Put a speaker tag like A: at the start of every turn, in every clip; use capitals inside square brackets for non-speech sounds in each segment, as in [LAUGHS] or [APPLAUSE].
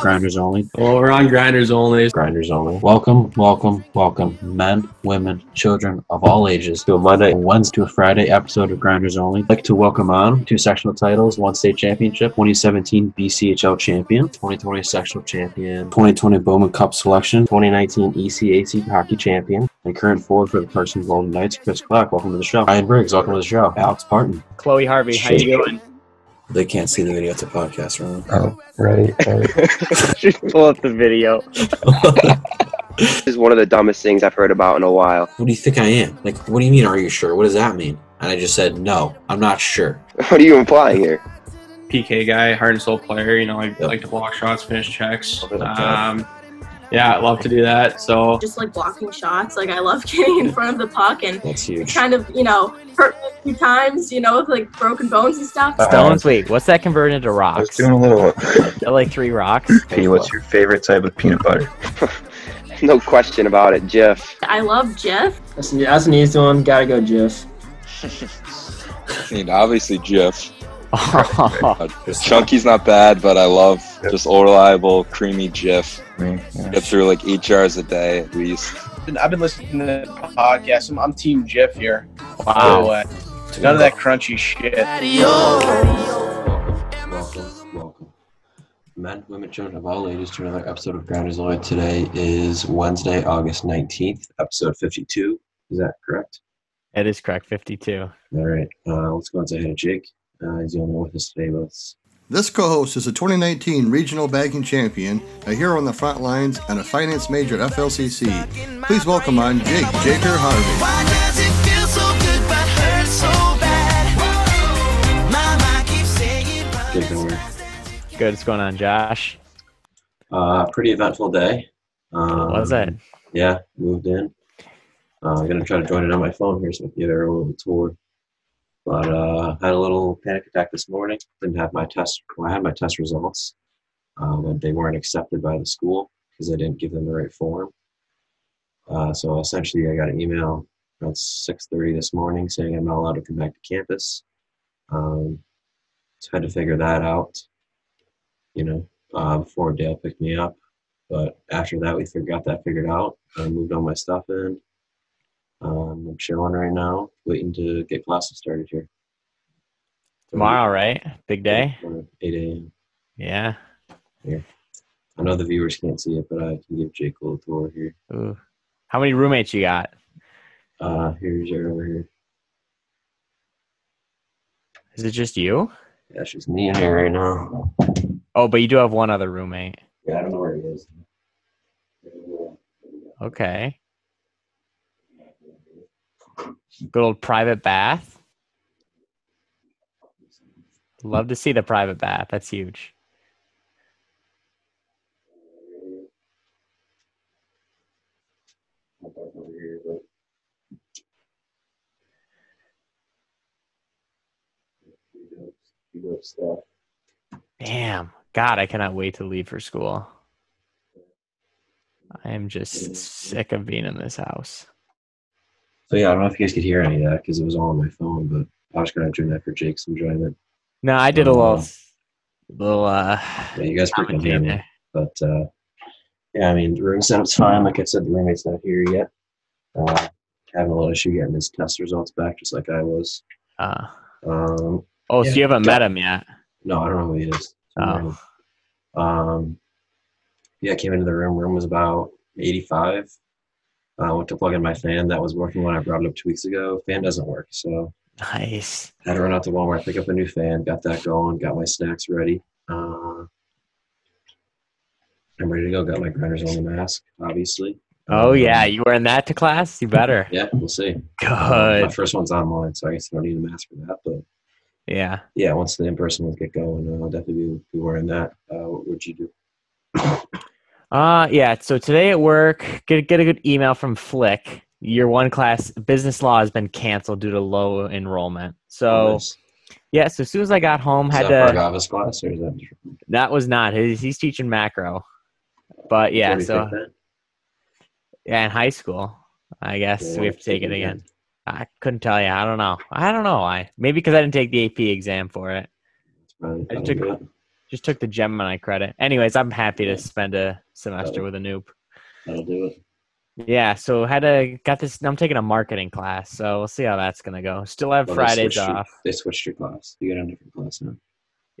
A: grinders only.
B: Well, we're on Grinders only.
A: Grinders only. Welcome, welcome, welcome, men, women, children of all ages, to a Monday, a Wednesday, to a Friday episode of Grinders Only. I'd like to welcome on two sectional titles, one state championship, 2017 BCHL champion, 2020 sectional champion, 2020 Bowman Cup selection, E 2019 ECAC hockey champion, and current forward for the Carson Golden Knights, Chris Clark. Welcome to the show. Ryan Briggs, welcome to the show. Alex Parton.
C: Chloe Harvey, how you doing?
D: They can't see the video. It's a podcast, remember?
E: Oh, right, right.
C: Just pull up the video.
F: This is one of the dumbest things I've heard about in a while. [LAUGHS]
D: What do you think I am? Like, what do you mean, are you sure? What does that mean? And I just said, no, I'm not sure.
F: What are you implying here?
B: PK guy, heart and soul player. You know, I
D: Yep.
B: like to block shots, finish checks.
D: Love it, okay.
B: Um, yeah, I love to do that. So
G: just like blocking shots. Like I love [LAUGHS] getting in front of the puck and
D: That's
G: it
D: huge.
G: kind of, you know, hurt me a few times, you know, with like broken bones and stuff.
E: Uh,
G: So
E: Stone
C: Stone's weak. What's that converted to
E: I was
C: rocks?
E: doing a little.
C: Like three rocks. [LAUGHS]
E: Hey, what's your favorite type of peanut butter?
F: No question about it, Jeff.
G: I love Jeff.
H: That's, an- that's an easy one. Gotta go, Jeff.
I: I mean, obviously, Jif.
C: Oh,
D: Just-
I: Chunky's not bad, but I love just all reliable, creamy Jif.
E: I mean, yeah.
I: Get through like eight jars a day at least.
J: been- I've been listening to the podcast. I'm, I'm Team Jeff here.
C: wow.
J: Uh, none of that crunchy shit.
D: Welcome, welcome, welcome.
A: Men, women, children of all ages to another episode of Grinders Only. Today is Wednesday, August 19th, episode 52. Is that correct?
C: That is correct. 52.
A: All right. Uh, let's go inside of Jake. Uh, he's the only one with us today, but let's
K: This co host is a 2019 regional banking champion, a hero on the front lines, and a finance major at FLCC. Please welcome on Jake Jaker Harvey.
J: Why does it feel so good but hurt so bad? Mama keeps saying,
A: take it over.
C: Good. What's going on, Josh?
A: Uh, pretty eventful day. Um,
C: What was that?
A: Yeah, moved in. Uh, I'm gonna try to join it on my phone here so I can give everyone a little tour. But uh, had a little panic attack this morning. Didn't have my test. Well, I had my test results, um, and they weren't accepted by the school because I didn't give them the right form. Uh, so essentially, I got an email around 6:30 this morning saying I'm not allowed to come back to campus. Um, so had to figure that out. You know, uh, before Dale picked me up. But after that, we figured, got that figured out. I moved all my stuff in. Um, I'm chilling right now, waiting to get classes started here.
C: Tomorrow, right? Big day.
A: 8 a.m.
C: Yeah.
A: I know the viewers can't see it, but I can give Jake a little tour here.
C: Ooh. How many roommates you got?
A: Uh, here's her over here.
C: Is it just you?
A: Yeah, she's me and her right now.
C: Oh, but you do have one other roommate.
A: Yeah, I don't know where he is.
C: Okay. Good old private bath. Love to see the private bath. That's huge. Damn. God, I cannot wait to leave for school. I am just sick of being in this house.
A: So yeah, I don't know if you guys could hear any of that because it was all on my phone, but I was gonna do that for Jake's enjoyment.
C: No, I did a little,
A: Oh.
C: little, uh,
A: Yeah, you guys pretty
C: commentary
A: good.
C: there.
A: But uh, yeah, I mean, the room setup's fine. Like I said, the roommate's not here yet. Uh, having a little issue getting his test results back, just like I was.
C: Uh,
A: Um,
C: oh,
A: Yeah,
C: so you haven't
A: got-
C: met him yet?
A: no, I don't know who he is.
C: Oh.
A: Um, yeah, I came into the room. Room was about 85. I went to plug in my fan that was working when I brought it up two weeks ago. Fan doesn't work, so
C: Nice.
A: had to run out to Walmart, pick up a new fan, got that going, got my snacks ready. Uh, I'm ready to go. Got my grinders on the mask, obviously.
C: Oh
A: Um,
C: yeah, you wearing that to class? You better.
A: [LAUGHS] Yeah, we'll see. My
C: Good.
A: first one's online, so I guess I don't need a mask for that. But
C: Yeah.
A: yeah, once the in-person ones get going, uh, I'll definitely be wearing that. Uh, what would you do?
C: Uh yeah. So today at work, get get a good email from Flick. Year one class business law has been canceled due to low enrollment. So
A: Oh, Nice.
C: yeah, so as soon as I got home,
A: is
C: had
A: that for
C: to.
A: Gavis class or is that?
C: That was not his. He's teaching macro, but yeah.
A: Already
C: So
A: take that?
C: yeah, in high school, I guess
A: Or
C: we have to take it again. I couldn't tell you. I don't know. I don't know why. Maybe because I didn't take the AP exam for it.
A: Probably-
C: I
A: probably
C: took-
A: good.
C: Just took the Gemini credit. Anyways, I'm happy to spend a semester with a noob.
A: That'll do it.
C: Yeah, so had a got this. I'm taking a marketing class, so we'll see how that's gonna go. Still have
A: Well, they
C: Fridays
A: switched your-
C: off.
A: they switched your class. You got a different class now.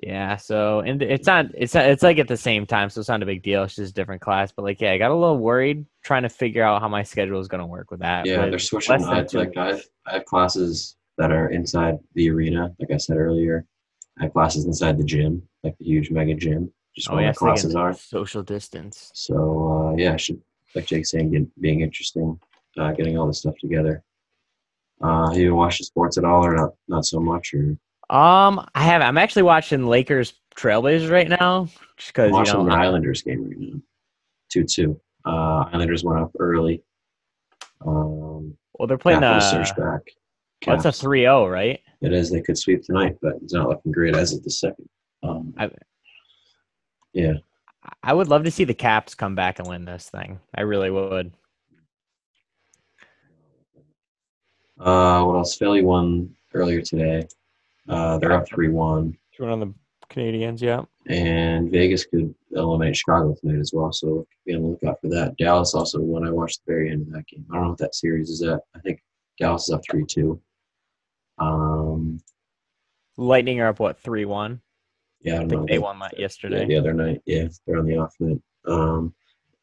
C: Yeah, so and it's not it's not, it's like at the same time, so it's not a big deal. It's just a different class, but like yeah, I got a little worried trying to figure out how my schedule is gonna work with that.
A: Yeah,
C: but
A: they're switching
C: less than
A: mods.
C: two
A: Like I
C: weeks.
A: have, I have classes that are inside the arena, like I said earlier. I have classes inside the gym, like the huge mega gym, just
C: oh
A: where
C: yeah,
A: my
C: it's like
A: classes
C: a
A: are.
C: social distance.
A: So uh, yeah, I should like Jake's saying, get, being interesting, uh, getting all this stuff together. Uh, you watch the sports at all, or not? Not so much, or
C: Um, I have I'm actually watching Lakers Trailblazers right now, just
A: I'm
C: because you
A: watching
C: know
A: the Islanders game right now, two two. Uh, Islanders went up early. Um,
C: well they're playing uh,
A: Capitals surged
C: the
A: back.
C: that's a
A: Caps.
C: 3-0, right?
A: It is. They could sweep tonight, but it's not looking great as of the second. Um,
C: I-
A: yeah,
C: I would love to see the Caps come back and win this thing. I really would.
A: Uh, what else? Philly won earlier today. Uh, they're up three one,
C: One on the Canadians, yeah.
A: and Vegas could eliminate Chicago tonight as well. So be on the lookout for that. Dallas also won. I watched the very end of that game. I don't know what that series is at. I think Dallas is up three two. Um,
C: Lightning are up what three one.
A: yeah, I
C: I
A: don't know.
C: think they won that yesterday.
A: Yeah, the other night. Yeah, they're on the off night. Um,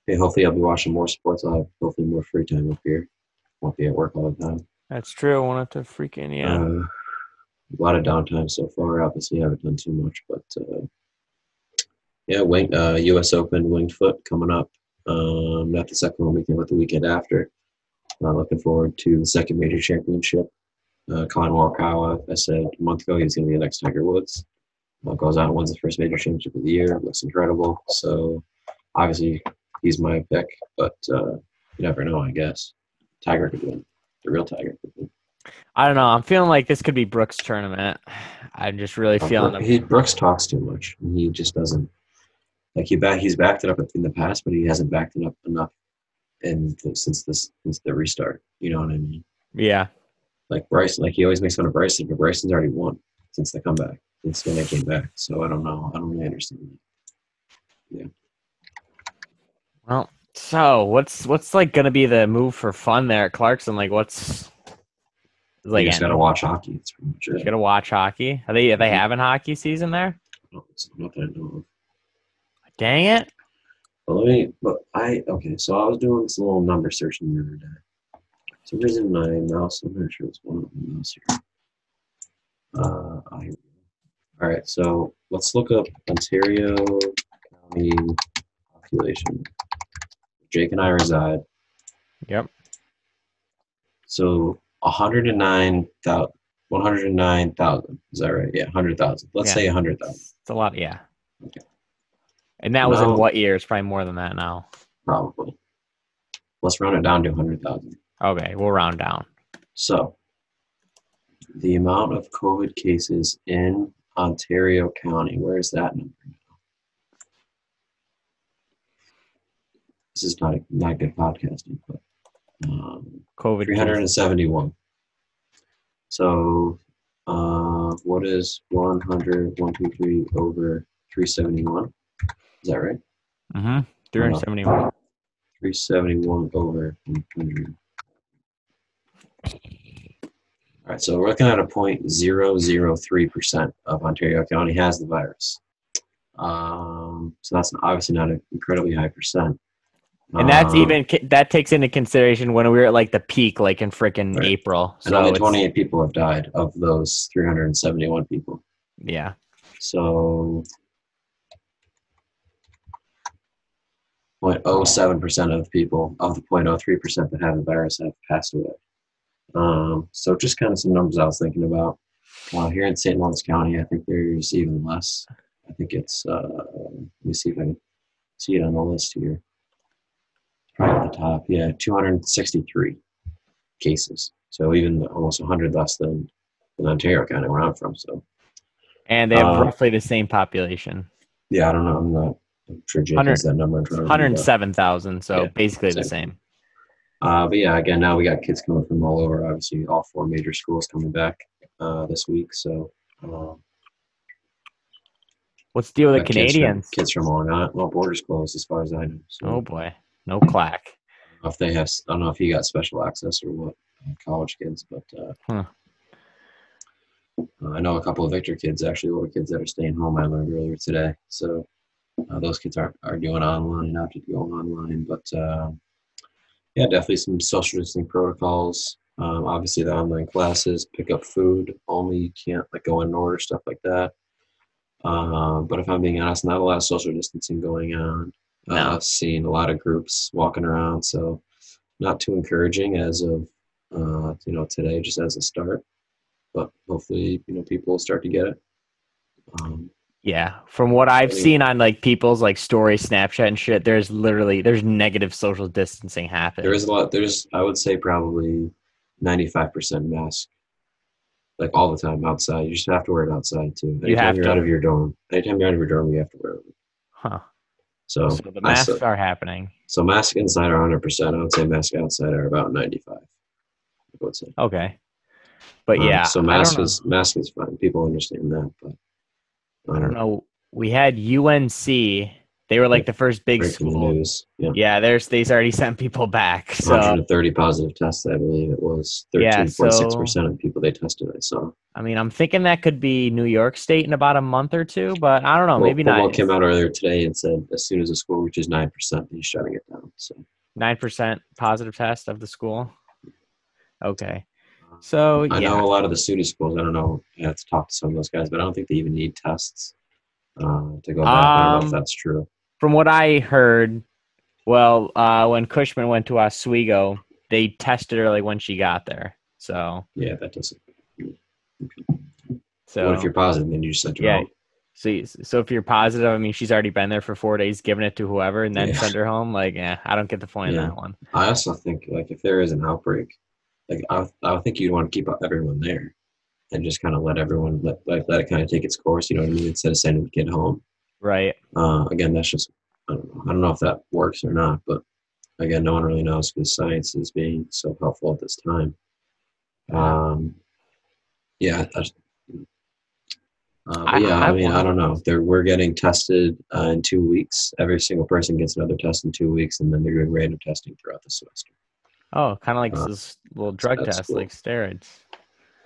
A: yeah, hopefully I'll be watching more sports. I'll have hopefully more free time up here. Won't be at work all the time.
C: That's true. I won't have to freaking yeah.
A: Uh, a lot of downtime so far. Obviously, haven't done too much, but uh, yeah, wing, uh, U.S. Open winged foot coming up. Um, not the second one weekend, but the weekend after. Uh, looking forward to the second major championship. Uh, Colin Morikawa, I said a month ago, he's going to be the next Tiger Woods. Uh, goes out and wins the first major championship of the year. Looks incredible. So obviously, he's my pick, but uh, you never know. I guess Tiger could win. The real Tiger could win.
C: I don't know. I'm feeling like this could be Brooks' tournament. I'm just really
A: Uh,
C: feeling
A: Brook-
C: them.
A: he, Brooks talks too much. and He just doesn't like he back. He's backed it up in the past, but he hasn't backed it up enough in the, since this since the restart. You know what I mean?
C: Yeah.
A: Like Bryson, like he always makes fun of Bryson, but Bryson's already won since the comeback. Since when they came back, so I don't know. I don't really understand. That.
C: Well, so what's what's like gonna be the move for fun there at Clarkson? Like what's like
A: you just gotta watch hockey. It's pretty much
C: you
A: it.
C: gotta watch hockey. Are they are
A: Mm-hmm.
C: they having hockey season there?
A: No, it's Not that I know of.
C: Dang it.
A: But let me. But I okay. So I was doing this little number searching the other day. For some reason my mouse. I'm not sure it's one of the mouse here. Uh, I, all right. So let's look up Ontario County population. Jake and I reside.
C: Yep.
A: So 109,000. 109,000. Is that right? Yeah, 100,000. Let's
C: Yeah.
A: say 100,000.
C: It's a lot, yeah.
A: Okay.
C: And that was in
A: No.
C: what year? It's probably more than that now.
A: probably. Let's round it down to 100,000.
C: Okay, we'll round down.
A: So, the amount of COVID cases in Ontario County, where is that number now? This is not, a, not good podcasting, but um,
C: COVID.
A: 371. So, uh, what is 100, 123 over 371? Is that right?
C: Mm-hmm. 371.
A: 371 over 100. All right, so we're looking at a 0.003% of Ontario County has the virus. Um, so that's obviously not an incredibly high percent.
C: And that's
A: Um,
C: even that takes into consideration when we were at like the peak, like in freaking
A: Right.
C: April.
A: And
C: So
A: only
C: it's-
A: 28 people have died of those 371 people.
C: Yeah.
A: So, 0.07% of the people of the 0.03% that have the virus have passed away. Um, so, just kind of some numbers I was thinking about. Uh, here in St. Lawrence County, I think there's even less. I think it's, uh, let me see if I can see it on the list here. Right at the top, yeah, 263 cases. So, even almost 100 less than, than Ontario County, where I'm from. So,
C: And they have
A: Uh,
C: roughly the same population.
A: Yeah, I don't know. I'm not I'm sure Jake has that number in front of him, but-
C: 107,000, so
A: Yeah,
C: basically the
A: same.
C: same.
A: Uh, but yeah, again, now we got kids coming from all over. Obviously, all four major schools coming back uh, this week. So, um,
C: What's the deal with
A: Uh,
C: the Canadians?
A: Kids from, kids from Long Island. Well, borders closed as far as I know. So
C: Oh boy, no clack.
A: I don't know if they have, I don't know if you got special access or what, uh, college kids, but uh,
C: Huh.
A: uh, I know a couple of Victor kids, actually, older kids that are staying home. I learned earlier today. So uh, those kids are, are doing online, not just going online, but uh, yeah, definitely some social distancing protocols. Um, obviously, the online classes, pick up food only. You can't like go in and order stuff like that. Uh, but if I'm being honest, not a lot of social distancing going on.
C: No.
A: Uh, I've seen a lot of groups walking around, so not too encouraging as of uh, you know today, just as a start. But hopefully, you know, people will start to get it. Um,
C: Yeah, from what I've
A: Really?
C: seen on like people's like story, Snapchat and shit, there's literally there's negative social distancing happening.
A: there is a lot. There's, I would say, probably 95% mask, like all the time outside. You just have to wear it outside too. Anytime
C: have
A: you're
C: to.
A: out of your dorm, anytime you're out of your dorm, you have to wear it.
C: huh.
A: So,
C: So the
A: I
C: masks
A: still-
C: are happening.
A: So mask inside are 100%. I would say mask outside are about 95. I would say.
C: Okay, but
A: Um,
C: yeah,
A: so
C: I don't
A: mask
C: know.
A: is mask is fine. People understand that, but
C: I
A: um,
C: don't know. We had UNC. They were like the first big
A: breaking the
C: school.
A: news. Yeah.
C: Yeah, there's they've already sent people back. So
A: 130 positive tests, I believe it was.
C: Yeah,
A: 13.6% of the people they tested, I saw.
C: I mean, I'm thinking that could be New York State in about a month or two, but I don't know.
A: Well,
C: Oh, Maybe
A: Cuomo
C: not.
A: came out earlier today and said as soon as the school reaches 9%, he's shutting it down. So
C: Nine percent positive test of the school. Okay, so
A: I
C: yeah.
A: know a lot of the SUNY schools, I don't know, I have to talk to some of those guys, but I don't think they even need tests uh, to go back. I don't know
C: Um,
A: if that's true.
C: from what I heard, well, uh, when Cushman went to Oswego, they tested her like when she got there. So,
A: Yeah, that doesn't.
C: so
A: what if you're positive then you just sent her
C: Yeah,
A: home?
C: so, you- so if you're positive, I mean, she's already been there for four days, giving it to whoever, and then
A: Yeah.
C: send her home. Like, yeah, I don't get the point
A: Yeah.
C: of that one.
A: I also think like if there is an outbreak, like I, I would think you'd want to keep everyone there, and just kind of let everyone let like let it kind of take its course. You know what I mean? Instead of sending the kid home.
C: Right.
A: Uh, again, that's just I don't know. I don't know if that works or not, but again, no one really knows because science is being so helpful at this time. Um, yeah. I- Uh, but
C: I-
A: yeah, I,
C: I
A: mean, I
C: want-
A: don't know. They're, we're getting tested uh, in two weeks. Every single person gets another test in two weeks, and then they're doing random testing throughout the semester.
C: Oh, kind of like
A: Uh,
C: this little drug
A: that's
C: test,
A: cool.
C: like steroids.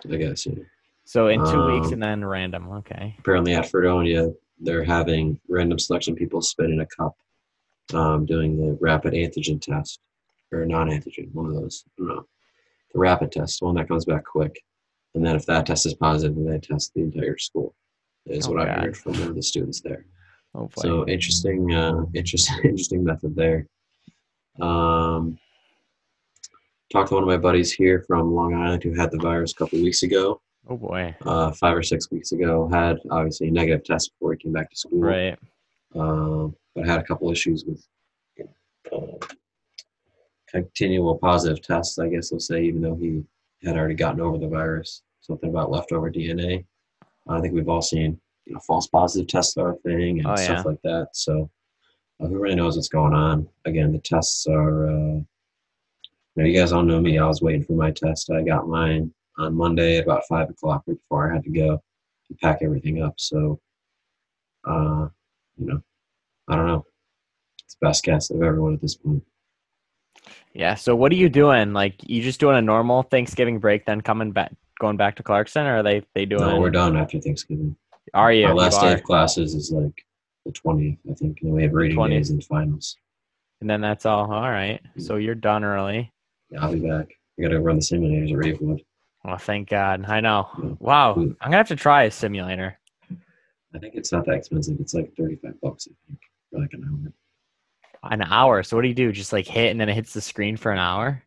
A: I guess. Yeah.
C: So in two weeks
A: Um,
C: and then random. Okay.
A: Apparently, at Fredonia, they're having random selection people spit in a cup, um, doing the rapid antigen test or non-antigen, one of those. I don't know. The rapid test, the one that comes back quick, and then if that test is positive, then they test the entire school. Is
C: Oh,
A: what I
C: God.
A: heard from one of the students there.
C: Oh boy.
A: So interesting, uh, interesting, [LAUGHS] interesting method there. Um, talked to one of my buddies here from Long Island who had the virus a couple weeks ago
C: oh boy.
A: uh, five or six weeks ago. Had obviously a negative test before he came back to school,
C: Right.
A: Um, but had a couple issues with you know, uh, continual positive tests. I guess they'll say, even though he had already gotten over the virus, something about leftover DNA. I think we've all seen you know, false positive test sort of thing and
C: Oh,
A: stuff
C: yeah.
A: like that. So uh, who really knows what's going on? Again, the tests are. Uh, now you guys all know me. I was waiting for my test. I got mine on Monday at about five o'clock right before I had to go and pack everything up. So, uh, you know, I don't know. It's the best guess of everyone at this point.
C: Yeah. So what are you doing? Like, you just doing a normal Thanksgiving break, then coming back, going back to Clarkson, or are they they doing?
A: No, we're done after Thanksgiving.
C: Are you?
A: Our last
C: You
A: day
C: are.
A: of classes is like the twentieth, I think, and we have reading
C: 20th.
A: days and finals.
C: And then that's all. All right.
A: Mm.
C: So you're done early.
A: Yeah, I'll be back. I gotta run the simulators at Ravenwood.
C: Well, thank God. I know.
A: Mm.
C: Wow. I'm
A: Mm.
C: gonna have to try a simulator.
A: I think it's not that expensive. It's like thirty-five bucks, I think, for like an hour.
C: An hour. So what do you do? Just like hit and then it hits the screen for an hour?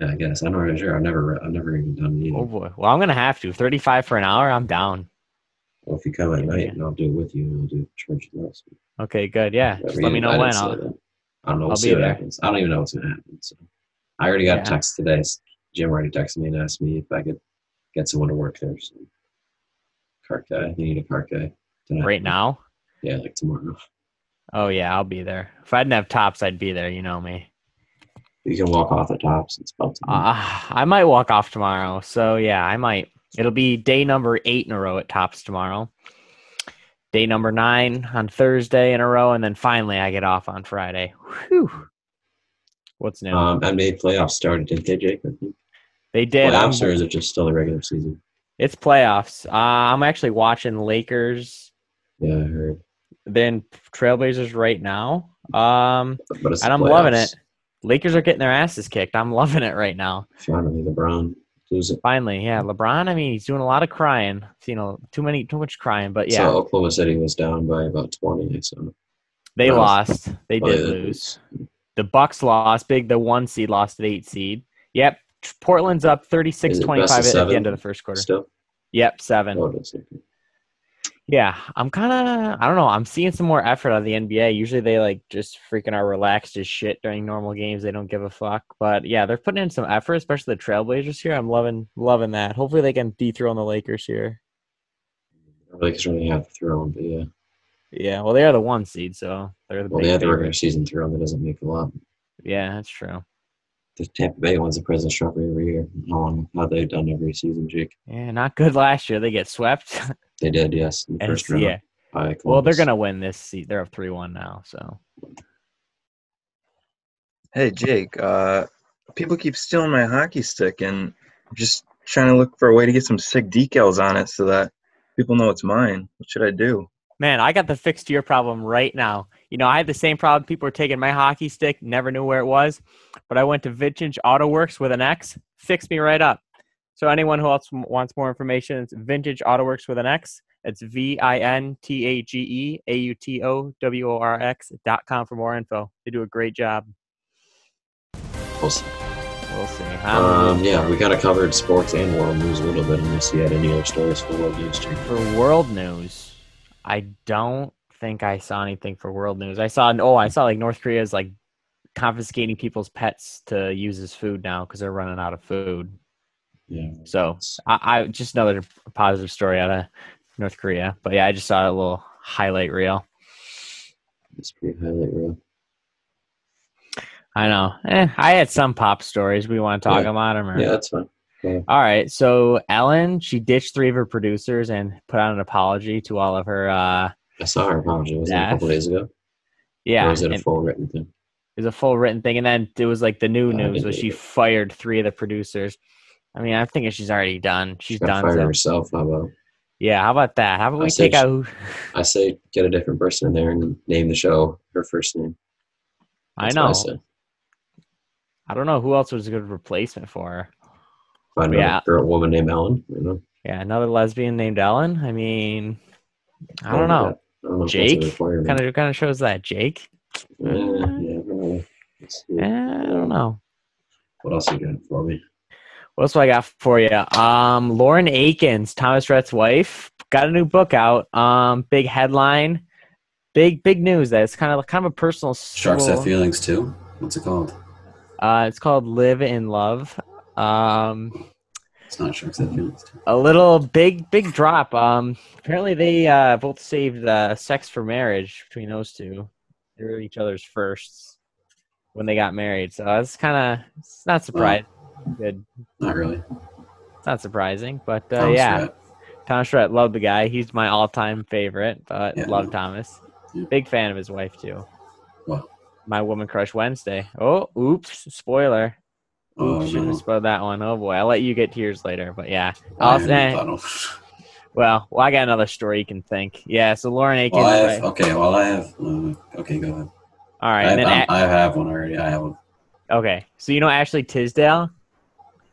A: Yeah, I guess I'm not really sure. I've never, re- I've never even done it either.
C: Oh boy. Well, I'm gonna have to. Thirty five for an hour, I'm down.
A: Well, if you come at night,
C: Yeah.
A: and I'll do it with you, and I'll do church less.
C: Okay, good. Yeah.
A: Whatever
C: Just
A: you
C: let me know
A: decide,
C: when.
A: so
C: I'll,
A: then I don't know.
C: I'll
A: We'll see
C: be
A: what
C: there.
A: happens. I don't even know what's gonna happen. So I already got
C: Yeah.
A: a text today. S- Jim already texted me and asked me if I could get someone to work there. So cart guy, you need a cart guy tonight.
C: right now.
A: Yeah, like tomorrow.
C: Oh yeah, I'll be there. If I didn't have tops, I'd be there. You know me.
A: You can walk off the tops and spell tomorrow.
C: Uh, I might walk off tomorrow. So yeah, I might. It'll be day number eight in a row at tops tomorrow. Day number nine on Thursday in a row, and then finally I get off on Friday. Whew. What's new?
A: Um, NBA playoffs started, didn't they, Jake? I think.
C: they did. I'm-
A: Playoffs, or is it just still the regular season?
C: it's playoffs. Uh, I'm actually watching Lakers.
A: Yeah, I heard.
C: Then Trailblazers right now. Um,
A: But it's
C: and
A: the
C: I'm loving
A: playoffs.
C: it. Lakers are getting their asses kicked. I'm [LAUGHS] loving it right now.
A: Finally, LeBron lose it.
C: Finally, yeah, LeBron. I mean, he's doing a lot of crying. I've seen a, too many, too much crying, but yeah,
A: So Oklahoma City was down by about 20. So
C: they
A: that was-
C: lost. They
A: Probably
C: did
A: the-
C: lose. The Bucks lost big. The one seed lost at eight seed. Yep. Portland's up
A: Is
C: 36
A: it best
C: 25
A: of
C: at, the
A: seven
C: end of the first quarter.
A: Still,
C: Yep, seven.
A: Oh, it is. Okay.
C: Yeah, I'm kind of, I don't know. I'm seeing some more effort out of the NBA. Usually they like just freaking are relaxed as shit during normal games. They don't give a fuck. But yeah, they're putting in some effort, especially the Trailblazers here. I'm loving, loving that. Hopefully they can dethrone the Lakers here.
A: Lakers really have the throne, but yeah.
C: Yeah, well, they are the one seed, so they're the
A: Well,
C: big
A: they have the regular
C: favorites.
A: season throne. That doesn't make a lot.
C: Yeah, that's true.
A: The Tampa Bay wins the President's Trophy every year. On how they've done every season, Jake.
C: Yeah, not good last year. They get swept.
A: They did, yes, in the
C: [LAUGHS] and
A: first round.
C: yeah,
A: by
C: well, they're
A: Columbus.
C: gonna win this seed. They're up three one now, so
E: Hey Jake, uh, people keep stealing my hockey stick, and I'm just trying to look for a way to get some sick decals on it so that people know it's mine. What should I do?
C: Man, I got the fix to your problem right now. You know, I had the same problem. People were taking my hockey stick, never knew where it was. But I went to Vintage Auto Works with an X, fixed me right up. So anyone who else m- wants more information, it's Vintage Auto Works with an X. It's V I N T A G E A U T O W O R X dot com for more info. They do a great job.
A: We'll see.
C: We'll see. I'm
A: Um, yeah, we kind of covered sports and world news a little bit, unless you had any other stories for world news too.
C: for world news, I don't think I saw anything for world news. I saw oh, I saw like North Korea's like confiscating people's pets to use as food now because they're running out of food.
A: Yeah.
C: So I, I just another positive story out of North Korea. But yeah, I just saw a little highlight reel.
A: It's pretty highlight real.
C: I know. Eh, I had some pop stories. We want to talk about them. Or...
A: Yeah, that's fine.
C: All right. So Ellen, she ditched three of her producers and put out an apology to all of her. uh
A: I saw her apology, wasn't it, a couple
C: Yes.
A: days ago?
C: Yeah.
A: Or was it a
C: and-
A: full written thing?
C: It was a full written thing, and then it was like the new
A: I
C: news
A: didn't
C: was
A: read
C: she
A: it.
C: fired three of the producers. I mean, I'm thinking she's already done. She's
A: She got
C: done.
A: fired
C: so-
A: herself. How about?
C: Yeah, how about that? How about
A: I
C: we
A: said
C: take
A: she-
C: out? who-
A: I say get a different person in there and name the show her first name.
C: I
A: That's what
C: know.
A: said.
C: I don't know who else was a good replacement for her.
A: Find
C: Yeah.
A: a girl, woman named Ellen. You know?
C: Yeah, another lesbian named Ellen. I mean, I don't
A: Or
C: know.
A: I don't know if that's a
C: Jake
A: requirement.
C: Kind of kind of shows that Jake.
A: Eh, yeah, I don't know. Let's see.
C: Eh, I don't know.
A: What else you got for me?
C: What else do I got for you? Um, Lauren Akins, Thomas Rhett's wife, got a new book out. Um, big headline, big big news. That it's kind of kind of a personal.
D: Sharks
C: story.
D: have feelings too. What's it called?
C: Uh, it's called Live in Love. Um,
D: It's not sharks have feelings too.
C: a little big, big drop. Um, apparently they uh, both saved uh, sex for marriage between those two. They were each other's firsts when they got married, so that's kind of it's not surprising. Good,
D: Not really.
C: it's not surprising, but uh,
D: Thomas
C: yeah,
D: Rhett.
C: Thomas Rhett, love the guy. He's my all-time favorite, but
D: Yeah.
C: love Thomas.
D: Yeah.
C: Big fan of his wife too.
D: Wow.
C: My woman crush Wednesday. Oh, oops! Spoiler.
D: Oh,
C: Oops, should
D: no.
C: have spoiled that one. Oh boy, I'll let you get to yours later. But yeah,
D: I
C: I'll,
D: haven't
C: eh,
D: thought of-
C: well, well, I got another story you can think. Yeah, so Lauren Akins.
D: Well, Oh, I have,
C: right?
D: okay, well, I have. Uh, okay, go ahead.
C: All right,
D: I,
C: and
D: have,
C: then
D: I'm-
C: A-
D: I have one already. I have one.
C: okay, so you know Ashley Tisdale.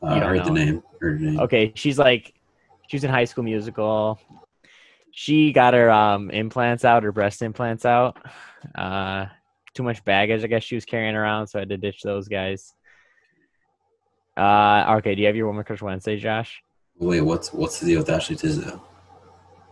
D: Uh,
C: You don't
D: heard the
C: know.
D: name. Heard the name.
C: Okay, she's like, she was in High School Musical. She got her um, implants out, her breast implants out. Uh, too much baggage, I guess she was carrying around, so I had to ditch those guys. Uh, okay, do you have your Woman Crush Wednesday, Josh?
D: Wait, what's what's the deal with Ashley Tisdale?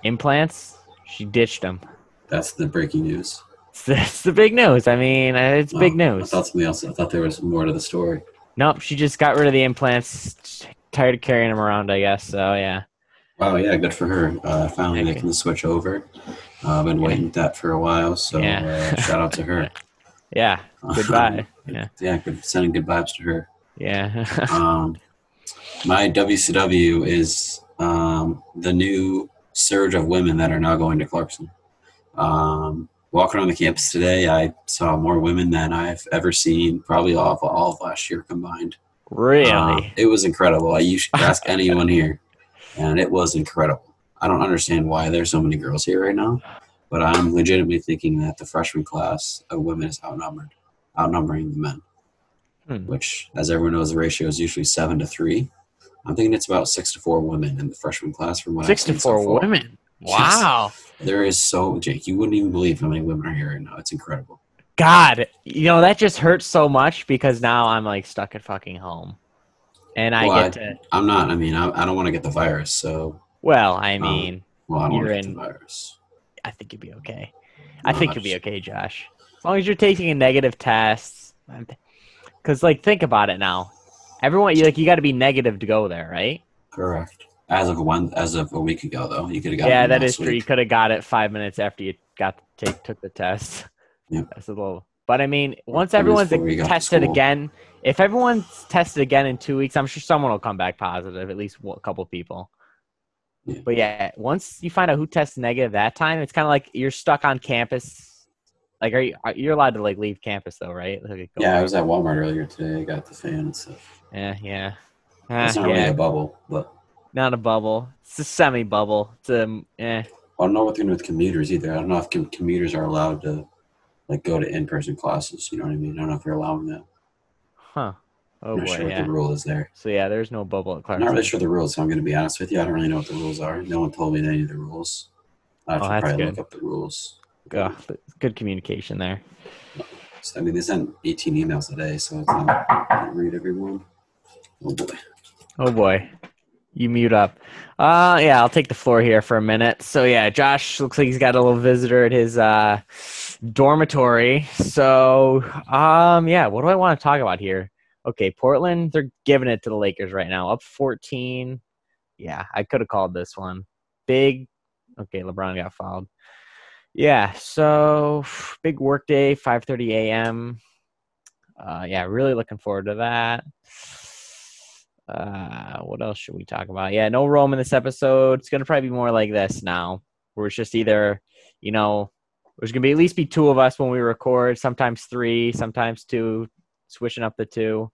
C: Implants? She ditched them.
D: That's the breaking news.
C: It's the, it's the big news. I mean, uh, it's big
D: Wow. I
C: news.
D: thought something else. I thought there was more to the story.
C: Nope, she just got rid of the implants. Tired of carrying them around, I guess. So yeah,
D: Wow, Oh, yeah, good for her. Uh, finally
C: Thank
D: making the switch over. Uh, I've been waiting that for a while, so
C: [LAUGHS] Yeah.
D: uh, shout out to her. Um,
C: yeah. Goodbye. Yeah,
D: [LAUGHS] yeah, good, sending good vibes to her.
C: yeah. [LAUGHS]
D: Um, my WCW is um, the new surge of women that are now going to Clarkson.
A: Um, walking around the campus today, I saw more women than I've ever seen, probably all of, all of last year combined.
C: Really?
A: Um, it was incredible. I you should
C: [LAUGHS]
A: ask anyone here, and it was incredible. I don't understand why there's so many girls here right now, but I'm legitimately thinking that the freshman class of women is outnumbered, outnumbering the men.
C: Hmm.
A: Which, as everyone knows, the ratio is usually seven to three. I'm thinking it's about six to four women in the freshman class from what
C: Six
A: I've
C: to
A: seen so
C: four
A: far.
C: women. Wow.
A: There is so Jake, you wouldn't even believe how many women are here right now. It's incredible.
C: God, you know that just hurts so much because now I'm like stuck at fucking home, and I
A: Well,
C: get to.
A: I'm not. I mean, I, I don't want to get the virus. So,
C: Well, I
A: um,
C: mean,
A: well, I don't want
C: you're
A: to get the
C: in-
A: virus.
C: I think you'll be okay. I
A: No,
C: think
A: I
C: you'll be
A: just-
C: okay, Josh. As long as you're taking a negative test, because like think about it now, everyone you like you got to be negative to go there, right?
A: Correct. As of one, as of a week ago, though, you could have got.
C: Yeah, that is true. You could have got it five minutes after you got to take, took the test.
A: Yeah.
C: [LAUGHS] That's a little. But I mean, once
A: That is
C: everyone's
A: what we got to
C: tested
A: school.
C: again, if everyone's tested again in two weeks, I'm sure someone will come back positive. At least one- a couple people.
A: Yeah.
C: But yeah, once you find out who tests negative that time, it's kind of like you're stuck on campus. Like, are you are, you're allowed to like leave campus though, right? Like, go-
A: Yeah, I was at Walmart earlier today. I got the fan and stuff.
C: yeah, yeah. Ah,
A: It's not
C: yeah,
A: really a bubble, but
C: not a bubble. It's a semi bubble. It's a eh.
A: I don't know what they're doing with commuters either. I don't know if com- commuters are allowed to like go to in-person classes. You know what I mean? I don't know if you're allowing that.
C: Huh. Oh
A: I'm not
C: boy.
A: sure what
C: yeah.
A: the rule is there.
C: So yeah, there's no bubble at
A: I'm
C: Clarkson.
A: not really sure the rules. So I'm going to be honest with you. I don't really know what the rules are. No one told me any of the rules. I have
C: Oh,
A: to
C: that's
A: probably
C: good.
A: look up the rules.
C: Oh, but good communication there.
A: So, I mean, they sent 18 emails a day, so it's not, I can't read every one. Oh boy.
C: Oh boy, you mute up. Uh, yeah, I'll take the floor here for a minute. So yeah, Josh looks like he's got a little visitor at his uh, dormitory. So um, yeah, what do I want to talk about here? Okay, Portland, they're giving it to the Lakers right now, up 14. Yeah, I could have called this one. Big. Okay, LeBron got fouled. Yeah, so big work day, 5:30 a.m. Uh, yeah, really looking forward to that. Uh, what else should we talk about? Yeah, no Rome in this episode. It's gonna probably be more like this now, where it's just either, you know, there's gonna be at least be two of us when we record. Sometimes three, sometimes two, switching up the two.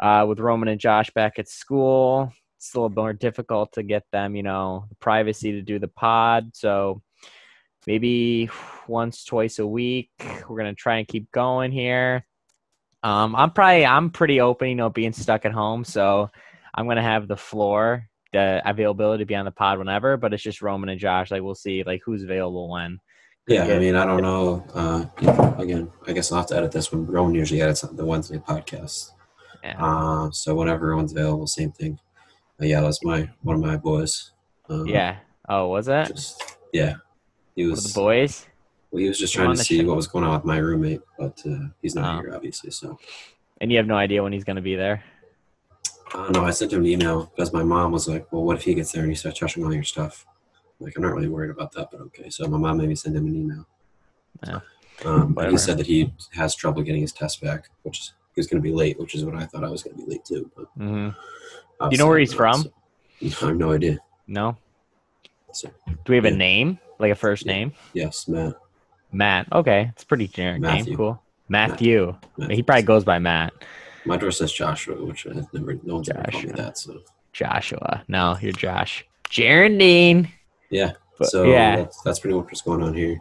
C: Uh, with Roman and Josh back at school, it's a little more difficult to get them, you know, the privacy to do the pod. So maybe once, twice a week, we're gonna try and keep going here. Um, I'm probably I'm pretty open, you know, being stuck at home, so I'm gonna have the floor, the availability to be on the pod whenever. But it's just Roman and Josh. Like we'll see, like who's available when.
A: Yeah,
C: Yeah.
A: I mean, I don't know. Uh, you know, again, I guess I'll have to edit this one. Roman usually edits on the Wednesday podcast.
C: Yeah.
A: Uh, so whenever everyone's available, same thing. But yeah, that's my one of my boys. Um,
C: yeah. Oh, was that
A: Just, yeah. He
C: one of the
A: was
C: boys?
A: well, he was just
C: Come on
A: trying to
C: the
A: see
C: show.
A: what was going on with my roommate, but uh, he's not
C: Oh.
A: here obviously. So
C: And you have no idea when he's gonna be there.
A: I don't know. I sent him an email because my mom was like, "Well, what if he gets there and he starts touching all your stuff?" I'm like, I'm not really worried about that, but okay. So my mom made me send him an email.
C: Yeah.
A: Um, but
C: Whatever.
A: he said that he has trouble getting his test back, which is he was going to be late, which is what I thought I was going to be late too. But
C: hmm
A: obviously
C: you know where he's
A: I'm
C: from?
A: not, so- [LAUGHS] I have no idea.
C: No.
A: So,
C: Do we have a
A: Yeah.
C: name, like a first
A: Yeah.
C: name?
A: yes, Matt.
C: Matt. Okay, it's a pretty generic name.
A: Matthew.
C: Cool. Matthew.
A: Matt.
C: He probably goes by Matt.
A: My door says Joshua, which I have never. No one's ever called me
C: Joshua.
A: that. So
C: Joshua. No, you're Josh. Jaron Dean.
A: yeah.
C: But-
A: so
C: yeah.
A: that's, that's pretty much what's going on here.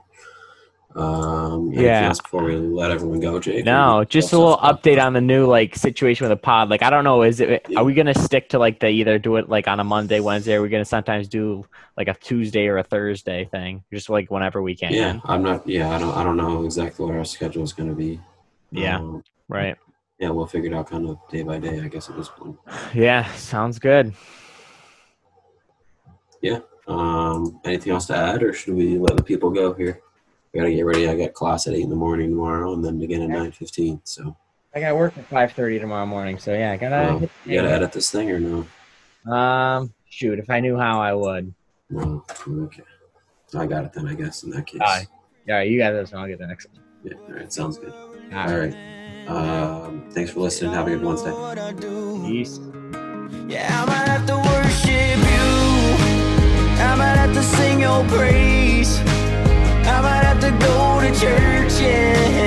A: Um, anything
C: Yeah.
A: else before we let everyone go, Jake.
C: No,
A: Or-
C: just a little update on the new like situation with the pod. Like I don't know, is it
A: Yeah.
C: are we gonna stick to like the either do it like on a Monday, Wednesday, or are we gonna sometimes do like a Tuesday or a Thursday thing? Just like whenever we can.
A: Yeah, I'm not. Yeah, I don't. I don't know exactly what our schedule is going to be.
C: Yeah.
A: Um,
C: Right.
A: yeah, we'll figure it out kind of day by day, I guess at this point.
C: Yeah, sounds good.
A: Um, anything else to add, or should we let the people go here? We gotta get ready. I got class at eight in the morning tomorrow, and then again at nine fifteen. So
C: I got work at five thirty tomorrow morning, so yeah, I gotta
A: um, you gotta edit this thing, or no?
C: Um, shoot, if I knew how, I would.
A: No. Okay. I got it then. I guess in that case.
C: Aye. All right, you guys, listen, I'll get the next. one.
A: Yeah. All right. Sounds good.
C: All
A: All right. Um, thanks for listening. Have a good Wednesday.
C: Peace.
J: Yeah, I might have to worship you. I might have to sing your praise. I might have to go to church, yeah.